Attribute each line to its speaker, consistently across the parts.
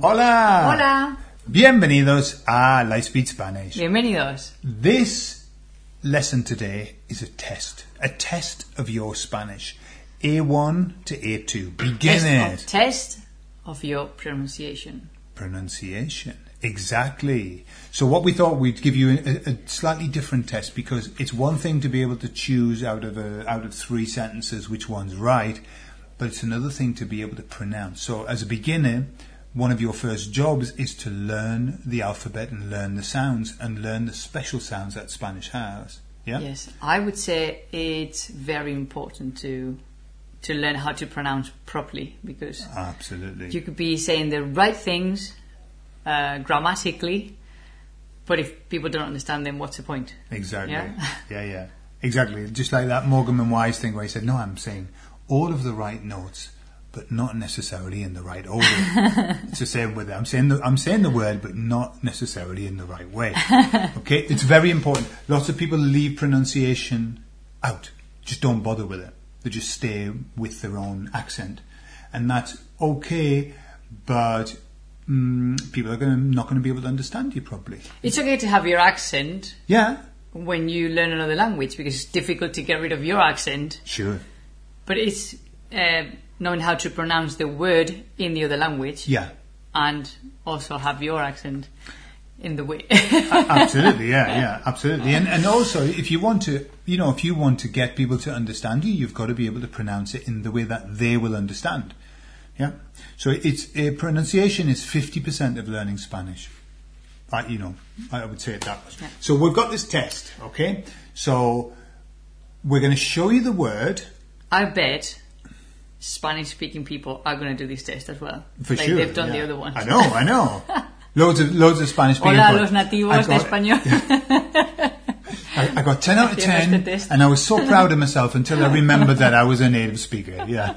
Speaker 1: Hola.
Speaker 2: Hola.
Speaker 1: Bienvenidos a Lightspeed Spanish.
Speaker 2: Bienvenidos.
Speaker 1: This lesson today is a test, a test of your Spanish. A1 to A2. Beginners.
Speaker 2: Test of, test of your pronunciation.
Speaker 1: pronunciation. Exactly. So what we thought we'd give you a, a slightly different test because it's one thing to be able to choose out of a, out of three sentences which one's right, but it's another thing to be able to pronounce. So as a beginner, one of your first jobs is to learn the alphabet and learn the sounds and learn the special sounds that Spanish has. Yeah.
Speaker 2: Yes, I would say it's very important to to learn how to pronounce properly because
Speaker 1: Absolutely.
Speaker 2: you could be saying the right things uh, grammatically, but if people don't understand them, what's the point?
Speaker 1: Exactly. Yeah.
Speaker 2: Yeah.
Speaker 1: yeah, Exactly. Just like that Morgan and Wise thing where he said, No, I'm saying all of the right notes, but not necessarily in the right order. it's the same with I'm saying the I'm saying the word but not necessarily in the right way. Okay? It's very important. Lots of people leave pronunciation out. Just don't bother with it. They just stay with their own accent. And that's okay, but mm, people are gonna, not going to be able to understand you properly.
Speaker 2: It's okay to have your accent
Speaker 1: Yeah,
Speaker 2: when you learn another language because it's difficult to get rid of your accent,
Speaker 1: sure.
Speaker 2: but it's uh, knowing how to pronounce the word in the other language.
Speaker 1: Yeah.
Speaker 2: and also have your accent in the way.
Speaker 1: absolutely yeah yeah absolutely and and also if you want to you know if you want to get people to understand you you've got to be able to pronounce it in the way that they will understand yeah so it's uh, pronunciation is 50% of learning spanish I, you know i I would say it that much so we've got this test okay so we're going to show you the word
Speaker 2: I bet Spanish speaking people are going to do this test as well.
Speaker 1: for
Speaker 2: like
Speaker 1: sure
Speaker 2: They've done
Speaker 1: yeah.
Speaker 2: the other one.
Speaker 1: i know i know loads of loads of spanish people
Speaker 2: Hola,
Speaker 1: got-
Speaker 2: los nativos
Speaker 1: I
Speaker 2: de
Speaker 1: got-
Speaker 2: español.
Speaker 1: I, I got 10 out of
Speaker 2: Yeah, that's the
Speaker 1: 10,
Speaker 2: best.
Speaker 1: and I was so proud of myself until I remembered that I was a native speaker. Yeah.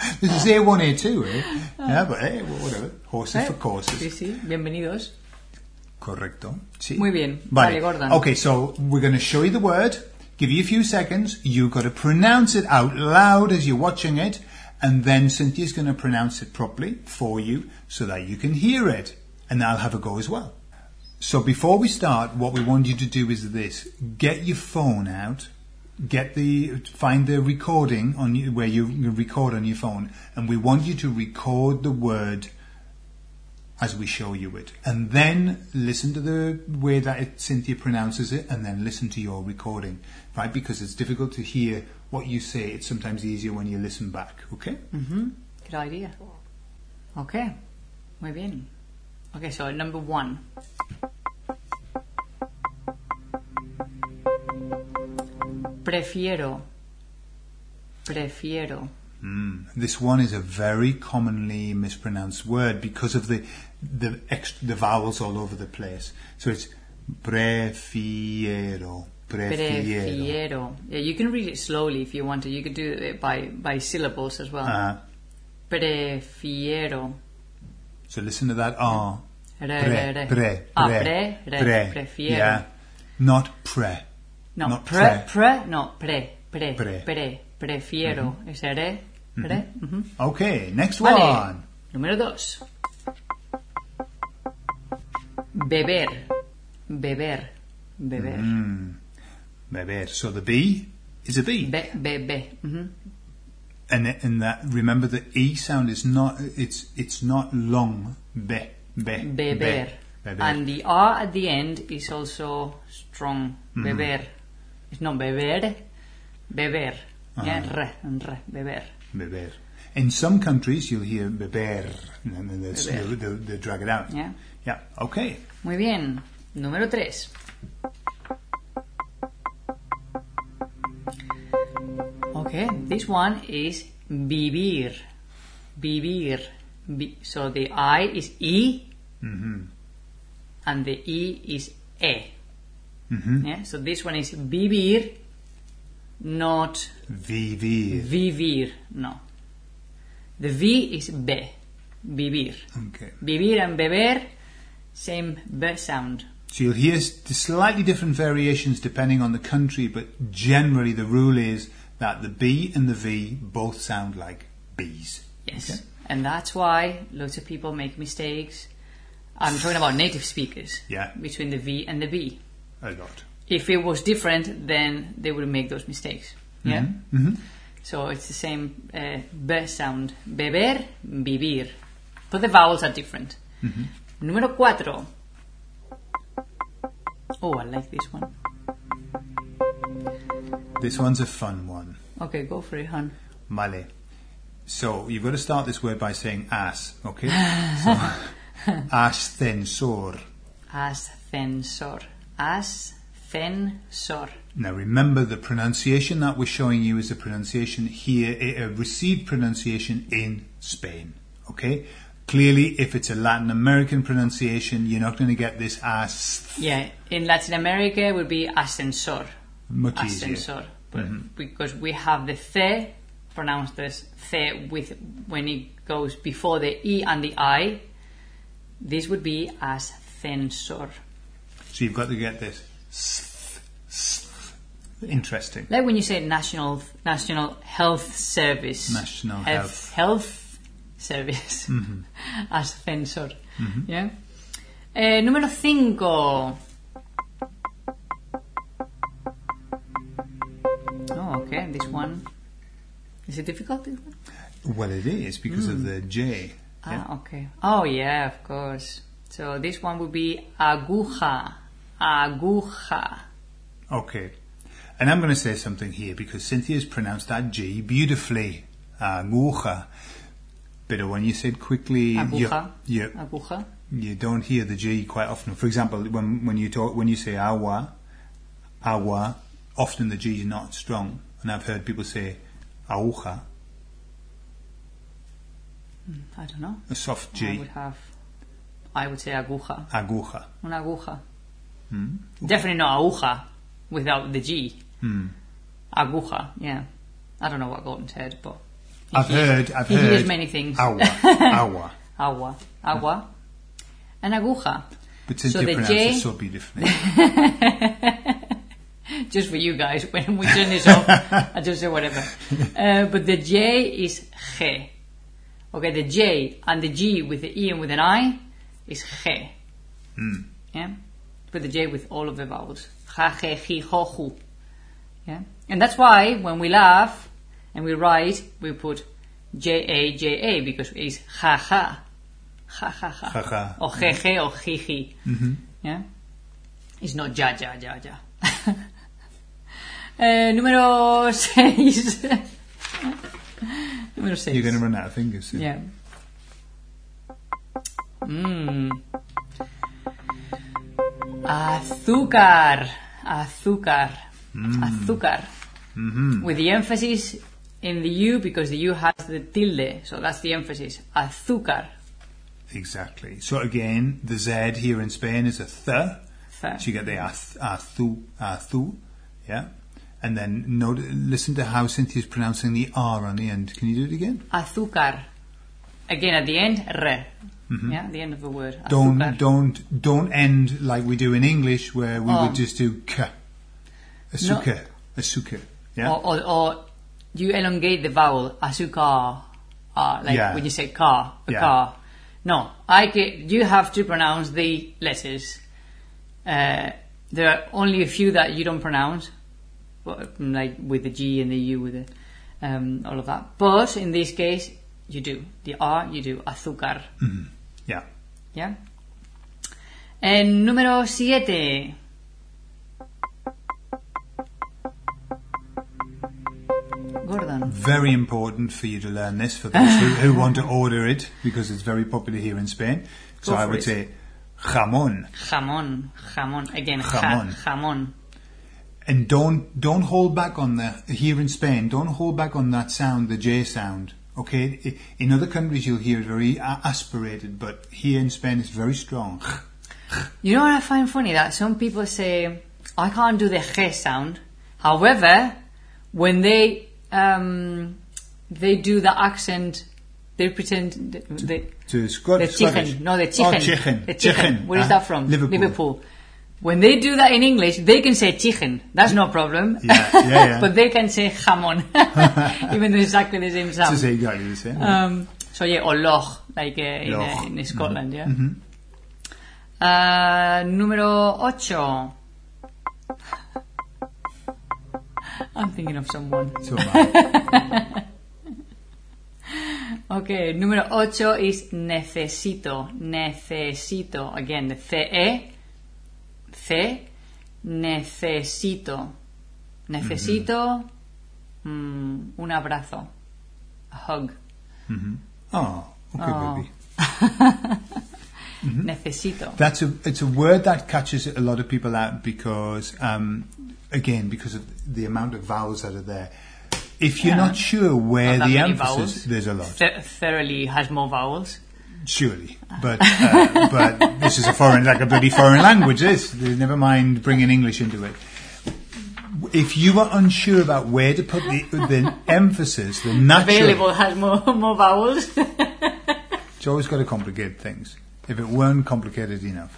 Speaker 1: This is A1, A2, eh?
Speaker 2: Oh.
Speaker 1: Yeah, but hey, wha- whatever. Horses for
Speaker 2: Sí,
Speaker 1: courses.
Speaker 2: sí. Bienvenidos.
Speaker 1: Correcto. Sí.
Speaker 2: Muy bien. Vale, Gordon.
Speaker 1: Okay, so we're going to show you the word, give you a few seconds. You've got to pronounce it out loud as you're watching it, and then Cynthia's going to pronounce it properly for you so that you can hear it, and I'll have a go as well. So before we start, what we want you to do is this: get your phone out, get the find the recording on you, where you record on your phone, and we want you to record the word as we show you it, and then listen to the way that it, Cynthia pronounces it, and then listen to your recording, right? Because it's difficult to hear what you say. It's sometimes easier when you listen back. Okay.
Speaker 2: Good idea. Okay. Muy bien. Okay, so number one. Prefiero. Prefiero.
Speaker 1: This one is a very commonly mispronounced word because of the the ex- the vowels all over the place. So it's prefiero, prefiero.
Speaker 2: Prefiero. Yeah, you can read it slowly if you want to. You could do it by, by syllables as well.
Speaker 1: Uh,
Speaker 2: Prefiero.
Speaker 1: so listen to that R.
Speaker 2: Re,
Speaker 1: Pre,
Speaker 2: re, re.
Speaker 1: pre,
Speaker 2: Ah,
Speaker 1: pre,
Speaker 2: pre, re, prefiero.
Speaker 1: Yeah, not pre.
Speaker 2: No,
Speaker 1: not
Speaker 2: pre,
Speaker 1: pre.
Speaker 2: pre, no, pre, pre,
Speaker 1: Pre.
Speaker 2: pre, prefiero. Ese re, re. ujú.
Speaker 1: Okay, next
Speaker 2: Vale.
Speaker 1: one.
Speaker 2: Número dos. Beber. Beber. Beber.
Speaker 1: Beber. So the B is a B.
Speaker 2: Be, bebe. ujú.
Speaker 1: and it- and that remember the e sound is not it's it's not long be be
Speaker 2: Beber.
Speaker 1: be, beber.
Speaker 2: And the R at the end is also strong. Beber. It's not beber, beber. Yeah, re, and re, beber.
Speaker 1: beber. In some countries you'll hear beber and then they, they, they, they drag it out.
Speaker 2: Yeah.
Speaker 1: Yeah. Okay.
Speaker 2: Muy bien. Número 3. Okay, this one is vivir. Vivir. Vi- so the I is E and the E is E. Yeah, so this one is vivir, not
Speaker 1: Vivir.
Speaker 2: vivir, no. The V is B, vivir.
Speaker 1: Okay.
Speaker 2: Vivir and beber, same B sound.
Speaker 1: So you'll hear s- slightly different variations depending on the country, but generally the rule is that the B and the V both sound like B's.
Speaker 2: Yes. And that's why lots of people make mistakes. I'm talking about native speakers.
Speaker 1: Yeah.
Speaker 2: Between the V and the B.
Speaker 1: A lot.
Speaker 2: If it was different, then they would make those mistakes. Yeah.
Speaker 1: hmm
Speaker 2: So it's the same uh, b sound. Beber, vivir. But the vowels are different. Número cuatro. Oh, I like this one.
Speaker 1: This one's a fun one.
Speaker 2: Okay, go for it, hon.
Speaker 1: Male. So you've got to start this word by saying as, okay? so, ascensor.
Speaker 2: Ascensor. Ascensor.
Speaker 1: Now remember the pronunciation that we're showing you is a pronunciation here, a a received pronunciation in Spain. Okay? Clearly, if it's a Latin American pronunciation, you're not going to get this as
Speaker 2: Yeah, in Latin America it would be ascensor.
Speaker 1: much easier.
Speaker 2: Ascensor. But Because we have the C pronounced as C with when it goes before the E and the I. This would be ascensor.
Speaker 1: So you've got to get this. s- s- Interesting.
Speaker 2: Like when you say national national health service.
Speaker 1: National Mm-hmm.
Speaker 2: health health service. Ascensor. Yeah. Eh, número 5. Oh, okay. This one. Is it difficult? This one?
Speaker 1: Well, it is because of the J. Yeah.
Speaker 2: Hmm. Ah, okay. Oh, yeah, of course. So this one would be aguja. Aguja.
Speaker 1: Okay. And I'm going to say something here because Cynthia's pronounced that G beautifully. Uh, Aguja. But when you said quickly, you,
Speaker 2: Aguja.
Speaker 1: you,
Speaker 2: Aguja.
Speaker 1: you don't hear the G quite often. For example, when, when you talk, when you say agua, agua, often the G is not strong. And I've heard people say aguja,
Speaker 2: I don't know.
Speaker 1: a soft
Speaker 2: I
Speaker 1: G,
Speaker 2: would have. I would say aguja.
Speaker 1: aguja.
Speaker 2: Una aguja.
Speaker 1: Hmm?
Speaker 2: Definitely not aguja without the G.
Speaker 1: Hmm.
Speaker 2: Aguja, yeah. I don't know what Gordon said, but he
Speaker 1: I've
Speaker 2: hears-
Speaker 1: heard, I've
Speaker 2: he
Speaker 1: heard.
Speaker 2: hears many things.
Speaker 1: Agua, agua.
Speaker 2: Agua, agua, and aguja.
Speaker 1: But
Speaker 2: So
Speaker 1: Cynthia
Speaker 2: the
Speaker 1: pronounced
Speaker 2: J-
Speaker 1: it so beautifully.
Speaker 2: Just for you guys, when we turn this off, I just say whatever. Uh, but the J is G. Okay, the J and the G with the E and with an I is G.
Speaker 1: Mm.
Speaker 2: Yeah? But the J with all of the vowels. Ja, je, ji, jo, ju. Yeah? And that's why when we laugh and we write, we put J A J A because it's ha ha. Ha ha ha.
Speaker 1: Ha, ha.
Speaker 2: Or he he or he he. Yeah? It's not ja ja ja ja. Eh, número 6. número 6.
Speaker 1: You're going to run out of fingers. Cynthia.
Speaker 2: Yeah. Mm. Azúcar. Azúcar. Azúcar. With the emphasis in the U because the U has the tilde, so that's the emphasis. Azúcar.
Speaker 1: Exactly. So again, the Z here in Spain is a th.
Speaker 2: Th.
Speaker 1: So you get the ath, athu, athu, yeah. And then note, listen to how Cynthia's pronouncing the R on the end. Can you do it again?
Speaker 2: Azúcar. Again, at the end, re. Yeah, at the end of the word.
Speaker 1: Don't
Speaker 2: Azúcar.
Speaker 1: don't don't end like we do in English, where we
Speaker 2: Oh.
Speaker 1: would just do k, asuka, asuka, yeah.
Speaker 2: Or, or, or you elongate the vowel azúcar, uh, like
Speaker 1: Yeah.
Speaker 2: when you say car, a
Speaker 1: Yeah.
Speaker 2: car. No, I get, you have to pronounce the letters. Uh, there are only a few that you don't pronounce, but, mm, like with the G and the U, with the, um, all of that. But in this case, you do the R, you do azúcar.
Speaker 1: Mm-hmm. yeah.
Speaker 2: Yeah. El número siete. Gordon.
Speaker 1: Very important for you to learn this for those who, who want to order it because it's very popular here in Spain. So
Speaker 2: Go
Speaker 1: I
Speaker 2: for
Speaker 1: would
Speaker 2: it.
Speaker 1: say jamón.
Speaker 2: Jamón, jamón. Again, ja-
Speaker 1: Jamón.
Speaker 2: jamón.
Speaker 1: And don't don't hold back on the here in Spain. Don't hold back on that sound, the J sound. Okay, I- in other countries you'll hear it very a- aspirated, but here in Spain it's very strong.
Speaker 2: You know what I find funny? That some people say, I can't do the G sound. However, when they um, they do the accent, they pretend th- they,
Speaker 1: To Scot-
Speaker 2: the
Speaker 1: Scottish.
Speaker 2: chicken. No, the
Speaker 1: Oh,
Speaker 2: chicken.
Speaker 1: chicken.
Speaker 2: The chicken. Where is
Speaker 1: Uh-huh.
Speaker 2: that from?
Speaker 1: Liverpool.
Speaker 2: When they do that in English, they can say chicken. That's no problem.
Speaker 1: Yeah, yeah, yeah.
Speaker 2: but they can say jamon, even though it's exactly the same
Speaker 1: It's
Speaker 2: sound.
Speaker 1: exactly the same.
Speaker 2: Um, So yeah, or loch, like uh, in, uh,
Speaker 1: Loch.
Speaker 2: in Scotland, yeah.
Speaker 1: Mm-hmm.
Speaker 2: Uh, número ocho. I'm thinking of someone.
Speaker 1: So am I.
Speaker 2: Okay, número 8 is necesito. Necesito. Again, the CE. C. Necesito. Necesito mm, un abrazo. A hug.
Speaker 1: oh, okay,
Speaker 2: Oh.
Speaker 1: baby.
Speaker 2: Necesito.
Speaker 1: That's a it's a word that catches a lot of people out because um, again because of the amount of vowels that are there. If you're
Speaker 2: Yeah.
Speaker 1: not sure where
Speaker 2: Not that
Speaker 1: the
Speaker 2: many
Speaker 1: emphasis,
Speaker 2: vowels.
Speaker 1: there's a lot,
Speaker 2: Th- thoroughly has more vowels.
Speaker 1: surely. But uh, but this is a foreign like a bloody foreign language. This never mind bringing English into it. If you are unsure about where to put the, the emphasis, the natural
Speaker 2: Available has more, more vowels.
Speaker 1: It's always got to complicate things. If it weren't complicated enough.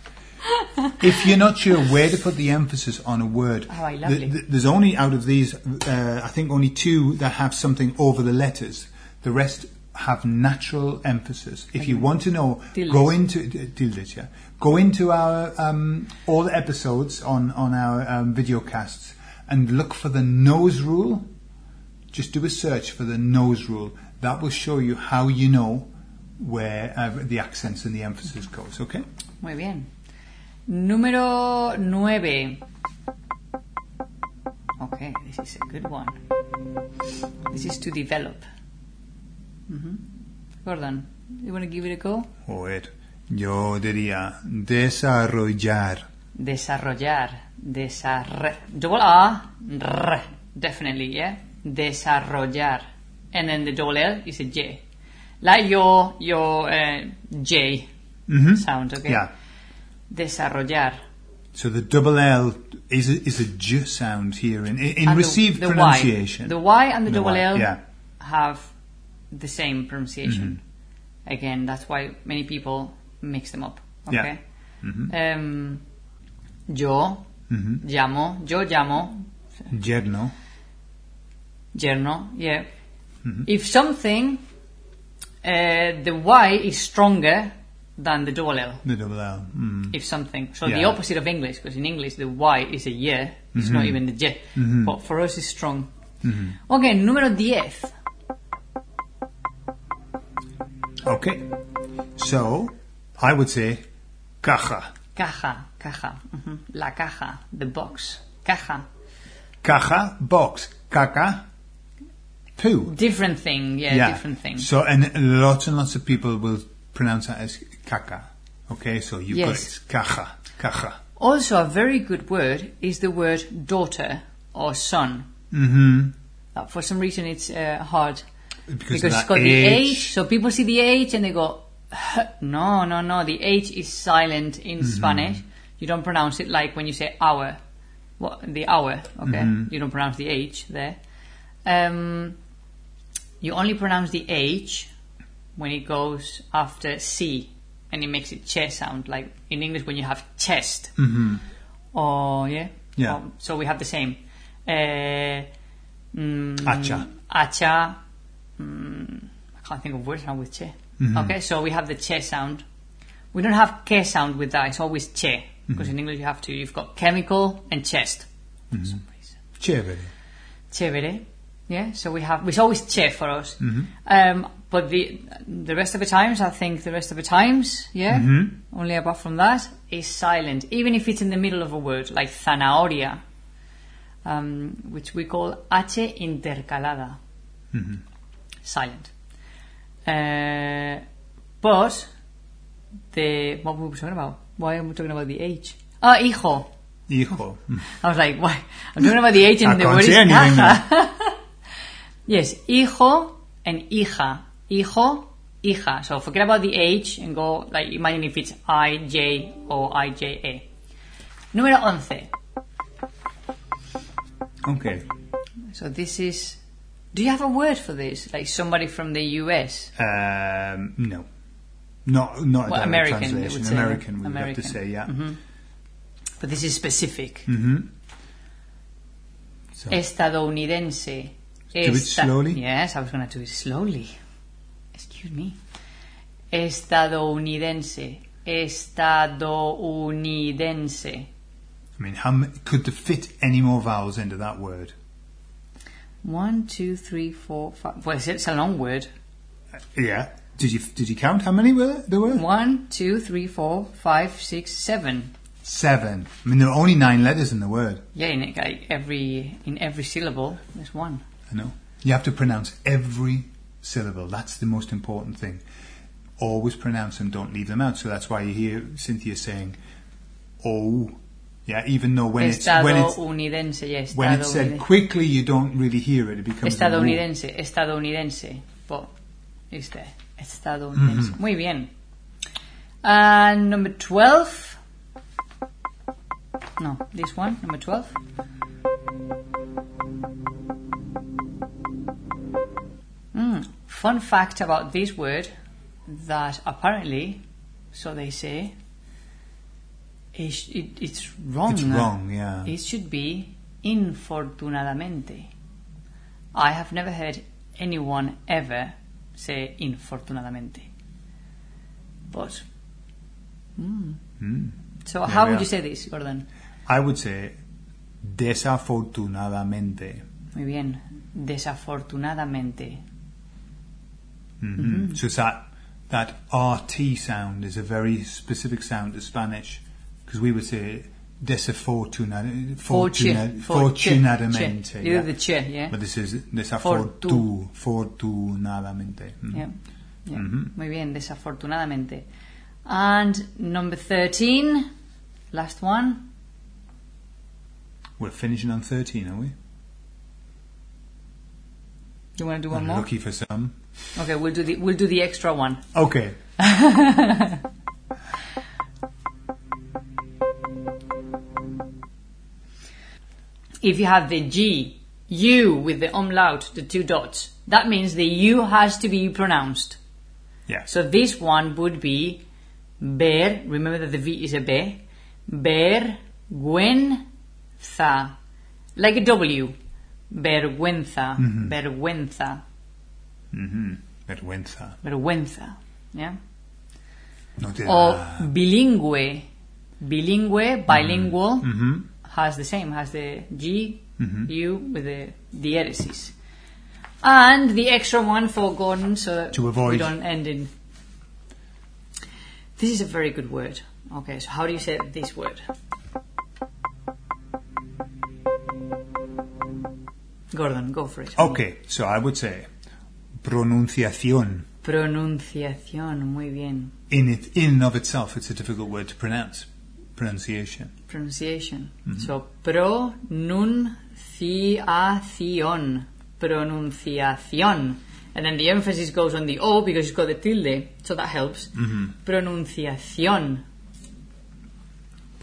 Speaker 1: if you're not sure where to put the emphasis on a word,
Speaker 2: Oh, I love it.
Speaker 1: there's only out of these, uh, I think only two that have something over the letters. The rest have natural emphasis. If you want to know, go
Speaker 2: Tildes.
Speaker 1: into d- tildes, yeah. Go into our um, all the episodes on on our um, video casts and look for the nose rule just do a search for the nose rule. That will show you how you know where uh, the accents and the emphasis goes. Okay.
Speaker 2: Muy bien. Número 9. Okay, this is a good one. This is to develop. Mhm. Gordon, you want to give it a go?
Speaker 1: Joder. Yo diría desarrollar.
Speaker 2: Desarrollar. Desarre. Double R. R. Definitely, yeah? Desarrollar. And then the double L is a J. Like your, your uh, J
Speaker 1: Mhm.
Speaker 2: sound, okay?
Speaker 1: Yeah.
Speaker 2: Desarrollar.
Speaker 1: So the double L is a, is a J sound here in in, in
Speaker 2: And the-
Speaker 1: received
Speaker 2: the Y.
Speaker 1: pronunciation.
Speaker 2: The Y and the,
Speaker 1: The
Speaker 2: double
Speaker 1: Y,
Speaker 2: L
Speaker 1: yeah.
Speaker 2: have the same pronunciation. Again, that's why many people mix them up.
Speaker 1: Mm-hmm. Yeah. Mm-hmm.
Speaker 2: Okay. Um, yo llamo. Yo llamo.
Speaker 1: Yerno.
Speaker 2: Yerno. Yeah.
Speaker 1: Mm-hmm.
Speaker 2: If something, uh, the Y is stronger than the double L.
Speaker 1: The double L. Mm.
Speaker 2: If something, so the
Speaker 1: Yeah. Mm-hmm.
Speaker 2: opposite of English, because in English the Y is a Y, it's not even the J. But for us it's strong. Okay, número 10.
Speaker 1: Okay. So I would say caja.
Speaker 2: Caja, caja. mhm. La caja, the box. Caja.
Speaker 1: Caja box. Caca. Poo.
Speaker 2: Different thing, yeah,
Speaker 1: yeah.
Speaker 2: different thing.
Speaker 1: So, and lots and lots of people will pronounce that as caca. Okay, so you've got
Speaker 2: Yes.
Speaker 1: it's caja, caja.
Speaker 2: Also, a very good word is the word daughter or son. Mm-hmm. For some reason, it's uh, hard
Speaker 1: Because,
Speaker 2: it's got the H. So people see the H and they go, no, no, no. The H is silent in
Speaker 1: Mm-hmm.
Speaker 2: Spanish. You don't pronounce it like when you say hour. What the hour? Okay,
Speaker 1: Mm-hmm.
Speaker 2: you don't pronounce the H there. Um, you only pronounce the H when it goes after C, and it makes it che sound. Like in English, when you have chest. Oh yeah.
Speaker 1: Mm-hmm. Yeah.
Speaker 2: Oh, so we have the same. Uh, mm,
Speaker 1: Hacha.
Speaker 2: Acha. Mm, I can't think of words now with che. Okay, so we have the che sound. We don't have ke sound with that. It's always che because in English you have to. You've got chemical and chest. For some reason.
Speaker 1: Chévere.
Speaker 2: Chévere. Yeah. So we have. It's always che for us. Um, but the the rest of the times, I think the rest of the times, yeah. Only apart from that is silent, even if it's in the middle of a word like zanahoria, um, which we call h intercalada silent. Uh, but the what were we talking about? Why am we talking about the H? Ah, hijo.
Speaker 1: Hijo. Mm.
Speaker 2: I was like, why? I'm talking about the H
Speaker 1: I
Speaker 2: and the
Speaker 1: can't
Speaker 2: word is
Speaker 1: say anything
Speaker 2: caja. yes, hijo and hija. Hijo, hija. So forget about the H and go, like, imagine if it's I, J, or I, J, A. Número 11.
Speaker 1: Okay.
Speaker 2: So this is. Do you have a word for this? Like somebody from the US?
Speaker 1: Um, no. Not, not a
Speaker 2: Well,
Speaker 1: direct
Speaker 2: American, they
Speaker 1: translation.
Speaker 2: would say.
Speaker 1: American, we would have
Speaker 2: American. Mm-hmm.
Speaker 1: to say, yeah. Mm-hmm.
Speaker 2: But this is specific.
Speaker 1: So,
Speaker 2: Estadounidense.
Speaker 1: Do it slowly.
Speaker 2: Yes, I was going to do it slowly. Excuse me. Estadounidense. Estadounidense.
Speaker 1: I mean, how m- could there fit any more vowels into that word?
Speaker 2: One, two, three, four, five. Well, it's- it's a long word.
Speaker 1: Yeah. Did you did you count how many were there? there were
Speaker 2: One, two, three, four, five, six, seven.
Speaker 1: seven. I mean, there are only nine letters in the word.
Speaker 2: Yeah, in it, like every in every syllable, there's one.
Speaker 1: I know. You have to pronounce every syllable. That's the most important thing. Always pronounce them. Don't leave them out. So that's why you hear Cynthia saying, "Oh." Yeah, even though when it's when it's
Speaker 2: Estadounidense. Yes.
Speaker 1: when it's said quickly, you don't really hear it. It becomes a rule.
Speaker 2: Estadounidense, estadounidense. But it's there. Estadounidense. Muy bien. And number 12. No, this one, number 12. Mm, Fun fact about this word that apparently, so they say, it, sh- it, it's wrong.
Speaker 1: It's wrong, yeah.
Speaker 2: It should be infortunadamente. I have never heard anyone ever say infortunadamente. But. mm.
Speaker 1: Hmm.
Speaker 2: So, how
Speaker 1: we
Speaker 2: would
Speaker 1: are.
Speaker 2: you say this, Gordon?
Speaker 1: I would say desafortunadamente.
Speaker 2: Muy bien. Desafortunadamente. Mm-hmm.
Speaker 1: hmm So it's that that RT sound is a very specific sound to Spanish because we would say desafortunadamente.
Speaker 2: Fortune.
Speaker 1: Fortunadamente.
Speaker 2: You
Speaker 1: yeah.
Speaker 2: do the che, yeah?
Speaker 1: But this is
Speaker 2: Fortu.
Speaker 1: desafortu, fortunadamente. Mm.
Speaker 2: Yeah. yeah.
Speaker 1: Mm-hmm.
Speaker 2: Muy bien, desafortunadamente. And number 13, last one.
Speaker 1: We're finishing on 13, are we?
Speaker 2: Do you want to do one more?
Speaker 1: Lucky for some.
Speaker 2: Okay, we'll do the we'll do the extra one.
Speaker 1: Okay.
Speaker 2: If you have the G, U with the umlaut, the two dots, that means the U has to be pronounced.
Speaker 1: Yeah.
Speaker 2: So this one would be ver, remember that the V is a B, vergüenza, like a W, vergüenza, vergüenza,
Speaker 1: Mm-hmm. Vergüenza.
Speaker 2: vergüenza, yeah?
Speaker 1: No te
Speaker 2: Or
Speaker 1: da-
Speaker 2: bilingue,
Speaker 1: Mm-hmm.
Speaker 2: bilingue, bilingual,
Speaker 1: Mhm.
Speaker 2: has the same, has the G,
Speaker 1: Mm-hmm.
Speaker 2: U with the diéresis. And the extra one for Gordon so that
Speaker 1: To avoid.
Speaker 2: we don't end in. This is a very good word. Okay, so how do you say this word? Gordon, go for it.
Speaker 1: Okay, so I would say pronunciación.
Speaker 2: Pronunciación, muy bien.
Speaker 1: In it, in and of itself, it's a difficult word to pronounce. Pronunciation.
Speaker 2: pronunciation.
Speaker 1: Mm-hmm.
Speaker 2: So pronunciación, pronunciación, and then the emphasis goes on the o because it's got the tilde, so that helps.
Speaker 1: Mm-hmm.
Speaker 2: Pronunciación,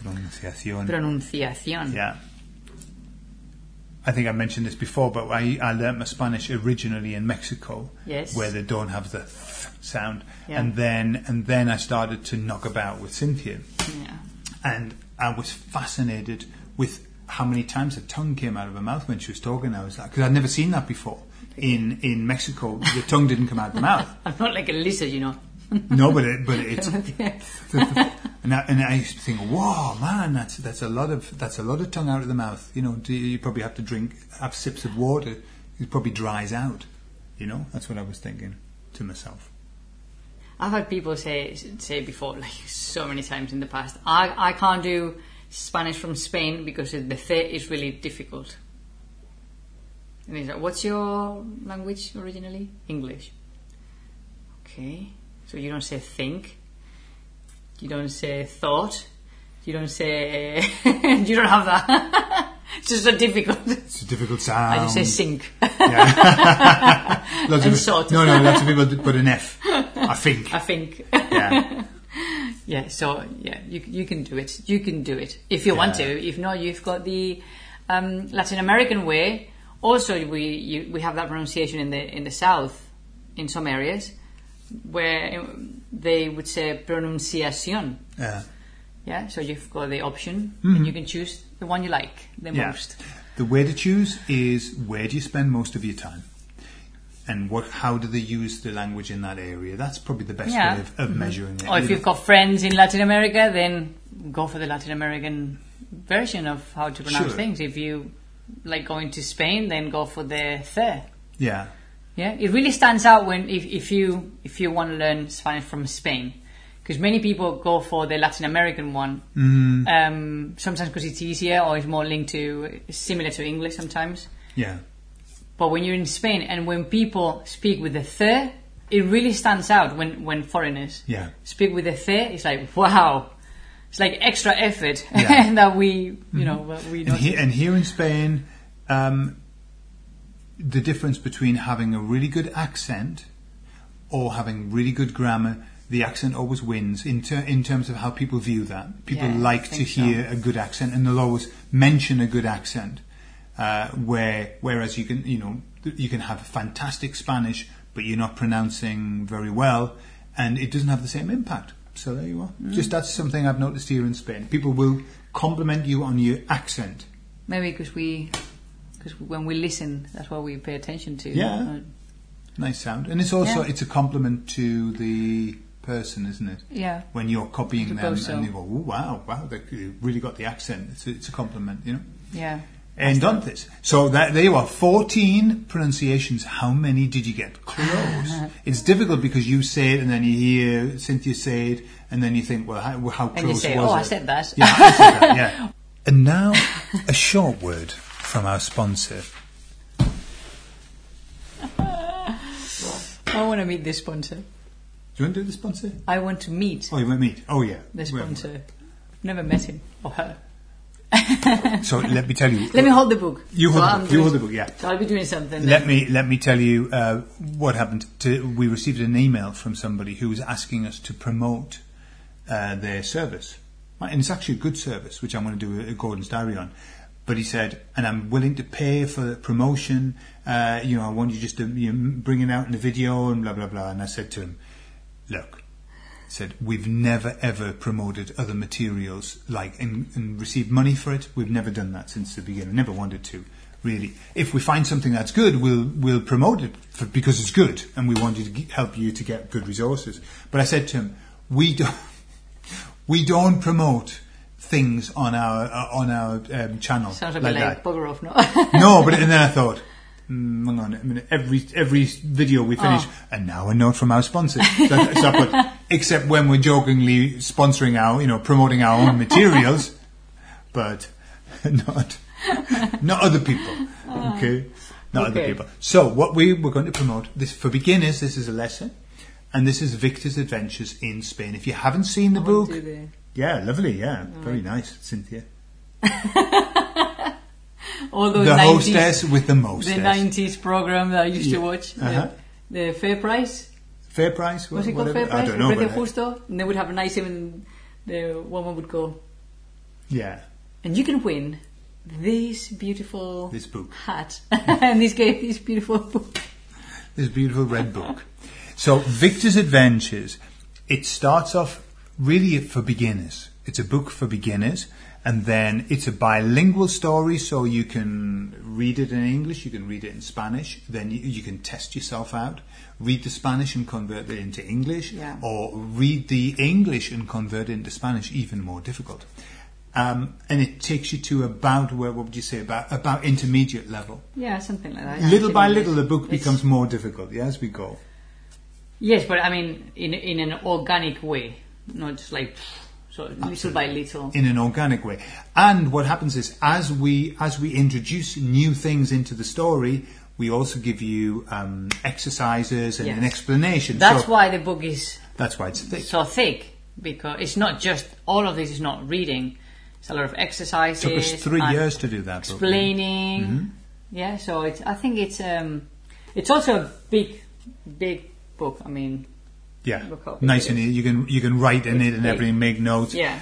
Speaker 1: Pronunciación.
Speaker 2: pronunciación.
Speaker 1: yeah. I think I mentioned this before, but I, I learnt my Spanish originally in Mexico,
Speaker 2: Yes.
Speaker 1: where they don't have the th sound,
Speaker 2: Yeah.
Speaker 1: and then and then I started to knock about with Cynthia,
Speaker 2: Yeah.
Speaker 1: and I was fascinated with how many times her tongue came out of her mouth when she was talking. I was like, because I'd never seen that before. In in Mexico, the tongue didn't come out of the mouth.
Speaker 2: I'm not like a lizard, you know.
Speaker 1: No, but it, but it's and I, and I used to think, wow, man, that's that's a lot of that's a lot of tongue out of the mouth. You know, do you, you probably have to drink have sips of water. It probably dries out. You know, that's what I was thinking to myself.
Speaker 2: I've had people say say before, like so many times in the past, I, I can't do Spanish from Spain because the th is really difficult. And he's like, what's your language originally? English. Okay. So you don't say think. You don't say thought. You don't say. you don't have that. it's just so difficult.
Speaker 1: It's a difficult sound.
Speaker 2: I just say sink.
Speaker 1: Lots
Speaker 2: and
Speaker 1: of,
Speaker 2: sort.
Speaker 1: No, no, lots of people put an F. I think.
Speaker 2: I think.
Speaker 1: Yeah,
Speaker 2: Yeah, so yeah, you you can do it. You can do it if you want to. If not, you've got the um, Latin American way. Also, we you, we have that pronunciation in the in the south, in some areas, where um, they would say pronunciación.
Speaker 1: yeah.
Speaker 2: Yeah, so you've got the option, and you can choose the one you like the
Speaker 1: Mm-hmm. Yeah.
Speaker 2: most.
Speaker 1: The way to choose is where do you spend most of your time? and what how do they use the language in that area. That's probably the best
Speaker 2: Yeah. Mm-hmm.
Speaker 1: way of, of measuring it.
Speaker 2: Or if
Speaker 1: You
Speaker 2: you've got friends in Latin America, then go for the Latin American version of how to pronounce
Speaker 1: Sure.
Speaker 2: things. If you like going to Spain, then go for the the.
Speaker 1: know, yeah,
Speaker 2: Yeah, it really stands out when if, if you if you want to learn Spanish from Spain, because many people go for the Latin American one. Mm. Um, sometimes because it's easier or it's more linked to similar to English sometimes.
Speaker 1: yeah,
Speaker 2: But when you're in Spain and when people speak with the the, it really stands out when when foreigners
Speaker 1: yeah.
Speaker 2: speak with a the, it's like wow, it's like extra effort
Speaker 1: Yeah. Mm-hmm.
Speaker 2: that we you know that we
Speaker 1: And
Speaker 2: don't.
Speaker 1: here, and here in Spain, um, the difference between having a really good accent or having really good grammar, the accent always wins in, ter- in terms of how people view that. People
Speaker 2: Yeah, I
Speaker 1: like to
Speaker 2: think so.
Speaker 1: hear a good accent, and they'll always mention a good accent. Uh, where whereas you can you know th- you can have fantastic Spanish, but you're not pronouncing very well, and it doesn't have the same impact. So there you are.
Speaker 2: Mm.
Speaker 1: Just that's something I've noticed here in Spain. People will compliment you on your accent.
Speaker 2: Maybe because we, because when we listen, that's what we pay attention to.
Speaker 1: Yeah.
Speaker 2: Uh,
Speaker 1: Nice sound, and it's also
Speaker 2: Yeah.
Speaker 1: it's a compliment to the person, isn't it?
Speaker 2: yeah.
Speaker 1: When you're copying them
Speaker 2: Suppose so.
Speaker 1: and you go, oh, "Wow, wow, they they really got the accent." It's a, it's a compliment, you know.
Speaker 2: Yeah.
Speaker 1: And on this, so that there you are, fourteen pronunciations. How many did you get?
Speaker 2: Uh-huh.
Speaker 1: Close. it's difficult because you say it, and then you hear Cynthia say it, and then you think, "Well, how, how close
Speaker 2: And you say,
Speaker 1: was
Speaker 2: oh,
Speaker 1: it?"
Speaker 2: I said that.
Speaker 1: Yeah, I said that, yeah. And now, a short word from our sponsor.
Speaker 2: I want to meet this sponsor.
Speaker 1: Do you want to do the sponsor?
Speaker 2: I want to meet
Speaker 1: Oh, you want me? Oh, yeah.
Speaker 2: the
Speaker 1: Well,
Speaker 2: sponsor. Never met him or her.
Speaker 1: So let me tell you.
Speaker 2: Let me hold the book.
Speaker 1: You hold the
Speaker 2: So I'm
Speaker 1: book, you
Speaker 2: doing-
Speaker 1: hold the book, yeah.
Speaker 2: So I'll be doing something.
Speaker 1: Let me let me tell you uh, what happened. To, we received an email from somebody who was asking us to promote uh, their service, and it's actually a good service, which I'm going to do a, a Gordon's diary on. But he said, and I'm willing to pay for the promotion. Uh, you know, I want you just to you know, bring it out in the video and blah blah blah. And I said to him, look, said we've never ever promoted other materials like and, and received money for it. We've never done that since the beginning. Never wanted to. Really, if we find something that's good, we'll we'll promote it for, because it's good, and we wanted to g- help you to get good resources. But I said to him, we don't we don't promote things on our uh, on our um, channel
Speaker 2: Sounds a
Speaker 1: like
Speaker 2: bit
Speaker 1: that
Speaker 2: like bugger off, no?
Speaker 1: no, but and then I thought, mm, hang on a minute. Every every video we finish, and now a note from our sponsor. So, I- so I put, except when we're jokingly sponsoring our, you know, promoting our own materials, but not not other people. Okay, not other
Speaker 2: Okay.
Speaker 1: people. So what we were going to promote this for beginners. This is a lesson, and this is Victor's Adventures in Spain. If you haven't seen the book,
Speaker 2: Do the-
Speaker 1: yeah, lovely, yeah, very nice, Cynthia,
Speaker 2: All those
Speaker 1: the
Speaker 2: 90s,
Speaker 1: hostess with the
Speaker 2: Oh, The
Speaker 1: mostess.
Speaker 2: 90s program that I used to
Speaker 1: Yeah.
Speaker 2: watch. the-
Speaker 1: Uh-huh.
Speaker 2: The fair price.
Speaker 1: Fair price?
Speaker 2: Was it called
Speaker 1: whatever.
Speaker 2: fair price?
Speaker 1: I don't know.
Speaker 2: Precio
Speaker 1: but uh, I-
Speaker 2: justo. And they would have a nice even the woman would go,
Speaker 1: yeah,
Speaker 2: and you can win this beautiful
Speaker 1: this book,
Speaker 2: hat and this game this beautiful book
Speaker 1: this beautiful red book. So, Victor's Adventures. It starts off really for beginners. It's a book for beginners, and then it's a bilingual story, so you can read it in English, you can read it in Spanish. Then you, you can test yourself out, read the Spanish and convert it into English,
Speaker 2: Yeah.
Speaker 1: or read the English and convert it into Spanish. Even more difficult. Um, and it takes you to about where? What would you say about about intermediate level?
Speaker 2: yeah something like that
Speaker 1: little by
Speaker 2: Actually,
Speaker 1: little, the book
Speaker 2: it's-
Speaker 1: becomes more difficult yeah, as we go.
Speaker 2: yes but i mean in in an organic way not just like so little by little
Speaker 1: in an organic way. And what happens is, as we as we introduce new things into the story, we also give you um, exercises and an
Speaker 2: Yes.
Speaker 1: explanation.
Speaker 2: that's
Speaker 1: so
Speaker 2: why the book is
Speaker 1: that's why it's thick.
Speaker 2: so thick because it's not just all of this is not reading it's a lot of exercises
Speaker 1: Took us three
Speaker 2: and
Speaker 1: years to do that. book.
Speaker 2: explaining yeah so it's i think it's um it's also a big big book i mean
Speaker 1: Yeah,
Speaker 2: Look how big
Speaker 1: nice
Speaker 2: it
Speaker 1: and you can you can write in it and
Speaker 2: big.
Speaker 1: everything, make notes.
Speaker 2: yeah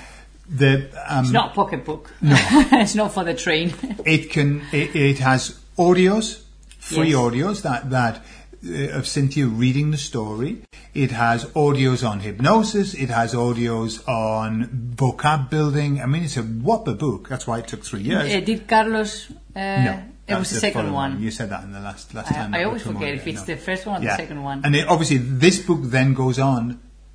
Speaker 1: The um,
Speaker 2: it's not a pocketbook no it's not for the train
Speaker 1: it can it, it has audios free
Speaker 2: Yes.
Speaker 1: audios that that uh, of Cynthia reading the story it has audios on hypnosis it has audios on vocab building i mean it's a whopper book that's why it took 3 years
Speaker 2: Uh, did Carlos uh,
Speaker 1: No.
Speaker 2: It was the second
Speaker 1: following
Speaker 2: one.
Speaker 1: You said that in the last last time.
Speaker 2: I, I
Speaker 1: that we
Speaker 2: always
Speaker 1: come on
Speaker 2: forget if
Speaker 1: here,
Speaker 2: it's
Speaker 1: no.
Speaker 2: the first one or the second one.
Speaker 1: And it, obviously, this book then goes on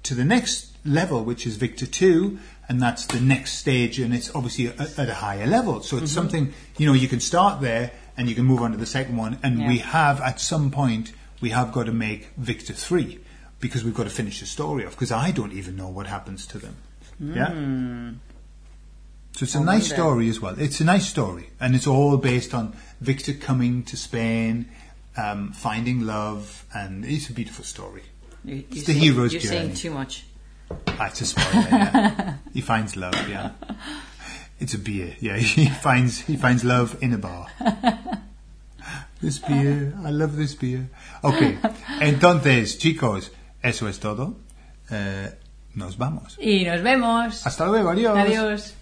Speaker 1: to the next level, which is Victor 2, and that's the next stage, and it's obviously a, at a higher level. So it's
Speaker 2: Mm-hmm.
Speaker 1: something, you know, you can start there and you can move on to the second one. And we
Speaker 2: Yeah.
Speaker 1: have, at some point, we have got to make Victor 3 because we've got to finish the story off because I don't even know what happens to them. Yeah? So it's a
Speaker 2: I
Speaker 1: nice
Speaker 2: wonder.
Speaker 1: story as well. It's a nice story, and it's all based on Victor coming to Spain, um, finding love, and it's a beautiful story.
Speaker 2: You- you
Speaker 1: It's the
Speaker 2: say-
Speaker 1: hero's
Speaker 2: You're
Speaker 1: journey.
Speaker 2: saying too much.
Speaker 1: That's a spoiler. yeah. He finds love. Yeah, it's a beer. Yeah, he finds he finds love in a bar. This beer, I love this beer. Okay, entonces, chicos, eso es todo. Eh, nos vamos.
Speaker 2: Y nos vemos.
Speaker 1: Hasta luego.
Speaker 2: Adiós.